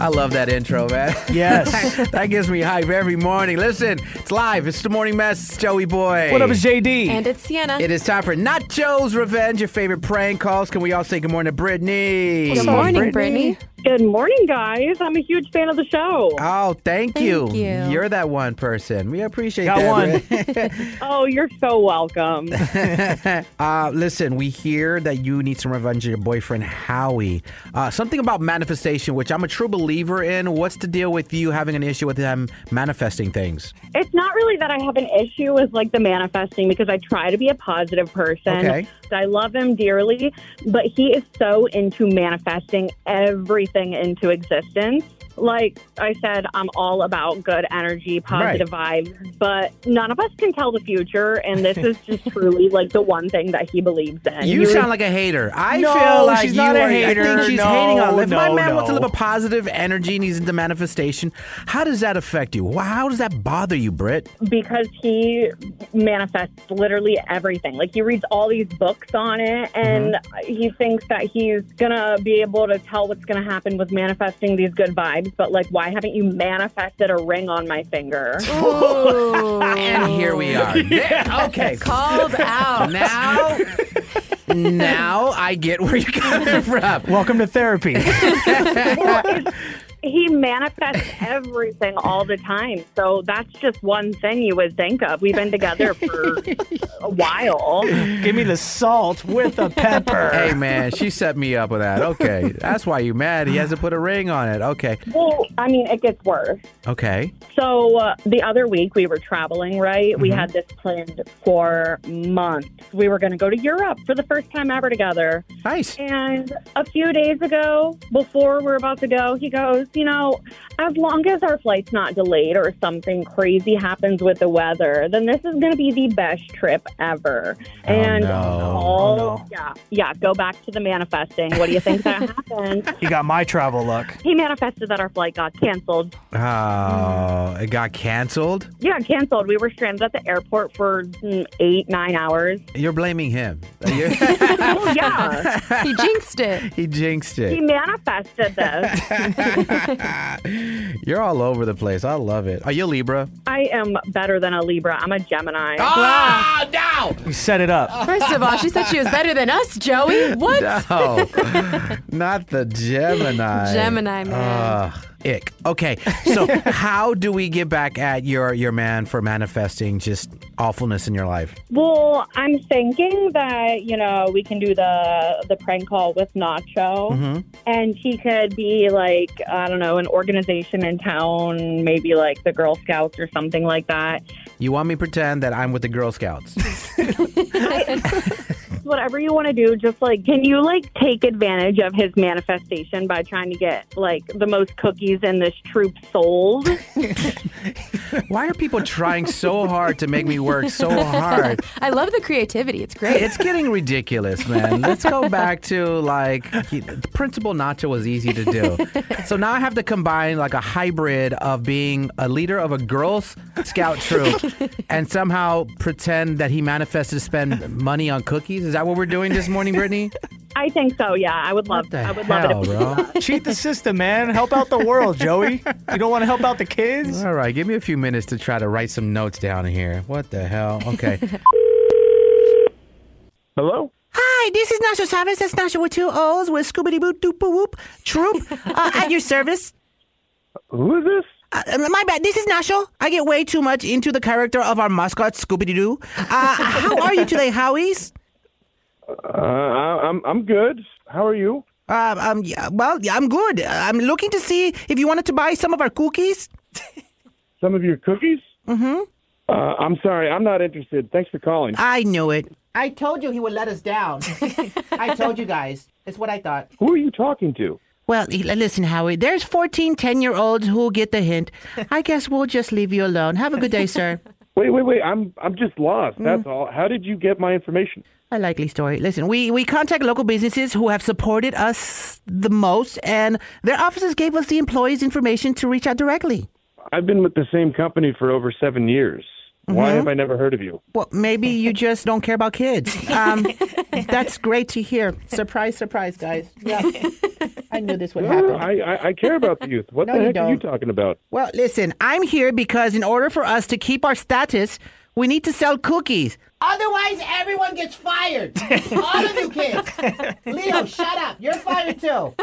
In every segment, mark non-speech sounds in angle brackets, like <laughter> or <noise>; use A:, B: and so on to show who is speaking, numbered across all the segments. A: I love that intro, man.
B: Yes.
A: <laughs> that gives me hype every morning. Listen, it's live. It's the morning mess. It's Joey Boy.
B: What up, it's JD?
C: And it's Sienna.
A: It is time for Nacho's Revenge, your favorite prank calls. Can we all say good morning to Brittany?
C: Good morning, Brittany.
A: <laughs>
D: Good morning, guys. I'm a huge fan of the show.
A: Oh, thank, you.
C: you.
A: are that one person. We appreciate
B: Got
A: that.
B: one.
D: Oh, you're
A: <laughs>
D: so welcome.
A: Uh, listen, we hear that you need some revenge on your boyfriend, Howie. Uh, something about manifestation, which I'm a true believer in. What's the deal with you having an issue with them manifesting things?
D: it's not really that I have an issue with like the manifesting because I try to be a positive person.
A: Okay.
D: I love him dearly, but he is so into manifesting everything into existence. Like I said, I'm all about good energy, positive vibes, but none of us can tell the future. And this is
A: <laughs>
D: just truly like the one thing that he believes in.
A: You sound like a hater. I
B: No,
A: feel like
B: she's
A: you
B: not a
A: are,
B: hater.
A: I think she's
B: No,
A: hating on. If my
B: no,
A: man wants to
B: no.
A: live a positive energy and he's into manifestation, how does that affect you? Wh- How does that bother you, Britt?
D: because he manifests literally everything. Like he reads all these books on it, and he thinks that he's gonna be able to tell what's gonna happen with manifesting these good vibes. But like, why haven't you manifested a ring on my finger?
A: And here we are. <laughs> Yeah, okay.
C: Called out.
A: Now, now I get where you're coming from.
B: <laughs>
A: Uh,
B: Welcome to therapy.
D: he manifests everything all the time. So that's just one thing you would think of. We've been together for a while.
B: Give me the salt with the pepper.
A: <laughs> Hey man, she set me up with that. Okay, that's why you mad. He hasn't put a ring on it. Okay,
D: Well, I mean, it gets worse.
A: okay.
D: So uh, the other week we were traveling, right? We
A: Mm-hmm.
D: had this planned for months. We were going to go to Europe for the first time ever together.
A: Nice.
D: And a few days ago, before we're about to go, he goes, You know, as long as our flight's not delayed or something crazy happens with the weather, then this is going to be the best trip ever. and
A: Oh, no.
D: all,
B: Oh, no.
D: yeah, yeah, go back to the manifesting. What do you
A: <laughs>
D: think that happened?
B: You got my travel luck.
D: He manifested that our flight got canceled.
A: Oh, it got canceled.
D: Yeah, canceled. We were stranded at the airport for mm, eight, nine hours.
A: You're blaming him. <laughs>
D: Oh, yeah.
C: he jinxed it.
A: he jinxed it.
D: <laughs> he manifested this. <laughs>
A: You're all over the place. I love it. Are you a Libra?
D: I am better than a Libra. I'm a Gemini.
A: Ah, no!
B: We set it up.
C: First of all, she said she was better than
A: <laughs>
C: us, Joey. What?
A: No, not the Gemini.
C: Gemini, man.
A: Ugh, ick. Okay, so
C: <laughs>
A: how do we get back at your your man for manifesting just awfulness in your life?
D: Well, I'm thinking that, you know, we can do the the prank call with Nacho and he could be like, I don't know, an organization in town, maybe like the Girl Scouts or something like that.
A: You want me to pretend that I'm with the Girl Scouts?
D: Whatever you want to do, just like can you like take advantage of his manifestation by trying to get like the most cookies in this troop sold?
A: Why are people trying so hard to make me work so hard?
C: I love the creativity. It's great.
A: It's getting ridiculous, man. Let's go back to like he- the principal nacho was easy to do. So now I have to combine like a hybrid of being a leader of a girls scout troop and somehow pretend that he manifested to spend money on cookies. Is that what we're doing this morning, Brittany?
D: I think so. Yeah, I would love.
E: What the
D: I would
E: hell,
D: love it. If
E: bro?
B: Cheat the system, man. Help out the world, Joey. You don't want to help out
A: <laughs>
B: the kids?
E: All right, give me a few minutes to try to write some notes down here. What the hell?
A: <laughs>
E: Okay.
F: Hello?
A: Hi, this is Nacho Savas. That's Nacho with two O's with Scooby Doo Doop Whoop Troop uh, at your service.
F: Who is this?
A: Uh, my bad. This is Nacho. I get way too much into the character of our mascot Scooby Doo. Uh, how are you today, Howies?
F: Uh, I- I'm I'm good. How are you?
A: Uh, um, yeah, well, yeah, I'm good. Uh, I'm looking to see if you wanted to buy some of our cookies.
F: Some of your cookies? Mm-hmm. Uh, I'm sorry, I'm not interested. Thanks for calling.
A: I knew it. I told you he would let us down. I told you guys. It's what I thought.
F: Who are you talking to?
A: Well, l- listen, Howie, there's 14 10 year olds who get the hint. I guess we'll just leave you alone. Have a good day, <laughs> sir.
F: Wait, wait, wait. I'm I'm just
A: Mm.
F: lost. That's all. How did you get my information?
A: A likely story. Listen, we, we contact local businesses who have supported us the most, and their offices gave us the employees' information to reach out directly.
F: I've been with the same company for over seven years.
A: Mm-hmm.
F: Why have I never heard of you?
A: Well, maybe <laughs> you just don't care about kids. Um, that's great to hear. Surprise, surprise, guys. Yeah, I knew this would happen.
F: I, I, I care about the youth. What
A: <laughs> No,
F: the
A: you
F: heck are you
A: don't.
F: talking about?
A: Well, listen, I'm here because in order for us to keep our status, we need to sell cookies. Otherwise, everyone gets fired. All of you <laughs> kids. Leo, shut up. You're fired too.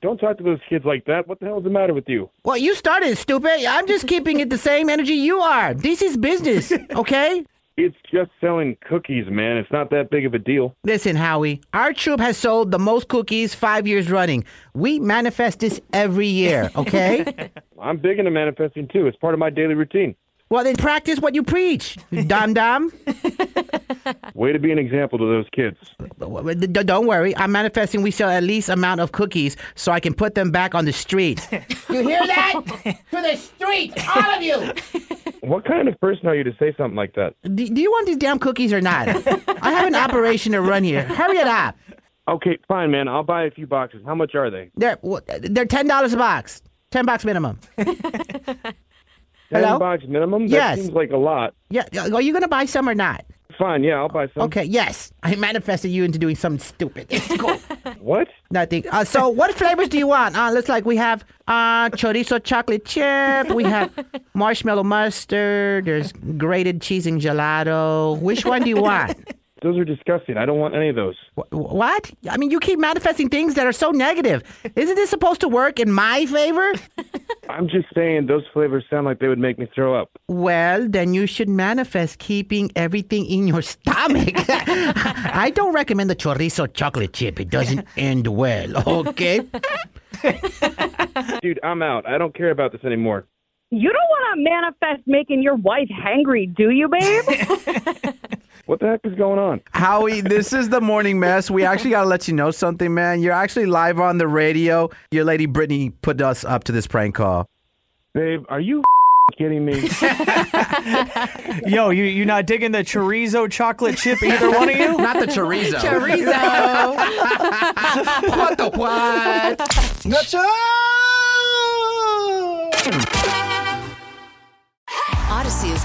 F: Don't talk to those kids like that. What the hell is the matter with you?
A: Well, you started, stupid. I'm just keeping it the same energy you are. This is business, okay?
F: It's just selling cookies, man. It's not that big of a deal.
A: Listen, Howie, our troop has sold the most cookies five years running. We manifest this every year, <laughs> okay?
F: I'm big into manifesting too. It's part of my daily routine.
A: well, then practice what you preach, dum dum.
F: Way to be an example to those kids.
A: Well, well, d- Don't worry. I'm manifesting we sell at least amount of cookies so I can put them back on the
F: <laughs>
A: street. you hear that? to the street, all of
F: <laughs>
A: you.
F: What kind of person are you to say something like that?
A: Do, do you want these damn cookies or not? I have an operation to run here. Hurry it up.
F: Okay, fine, man. I'll buy a few boxes. How much are they?
A: They're wha- they're ten dollars a box. Ten bucks
F: <laughs>
A: minimum.
F: Ten
A: Hello?
F: bucks minimum. That
A: Yes.
F: seems like a lot.
A: Yeah. Are you gonna buy some or not?
F: Fine, yeah, I'll buy some.
A: Okay. Yes. I manifested you into doing something
F: <laughs>
A: stupid. It's cool.
F: What?
A: Nothing. Uh, so, what flavors do you want? Uh, looks like we have uh, chorizo chocolate chip. We have marshmallow mustard. There's grated cheese and gelato. Which one do you want?
F: Those are disgusting. I don't want any of those.
A: Wh- What? I mean, you keep manifesting things that are so negative. Isn't this supposed to work in my favor?
F: I'm just saying those flavors sound like they would make me throw up.
A: Well, then you should manifest keeping everything in your stomach. <laughs> I don't recommend the chorizo chocolate chip. It doesn't end well, okay?
F: Dude, I'm out. I don't care about this anymore.
D: you don't want to manifest making your wife hangry, do you, babe?
F: What the heck is going on?
E: Howie, this is the morning mess. We actually got to let you know something, man. You're actually live on the radio. Your lady Brittany put us up to this prank call.
F: Babe, are you
A: <laughs>
F: kidding me?
B: Yo, you you not digging the chorizo chocolate chip, either one of you?
E: Not the chorizo.
C: Chorizo.
E: <laughs> what the what?
G: Odyssey is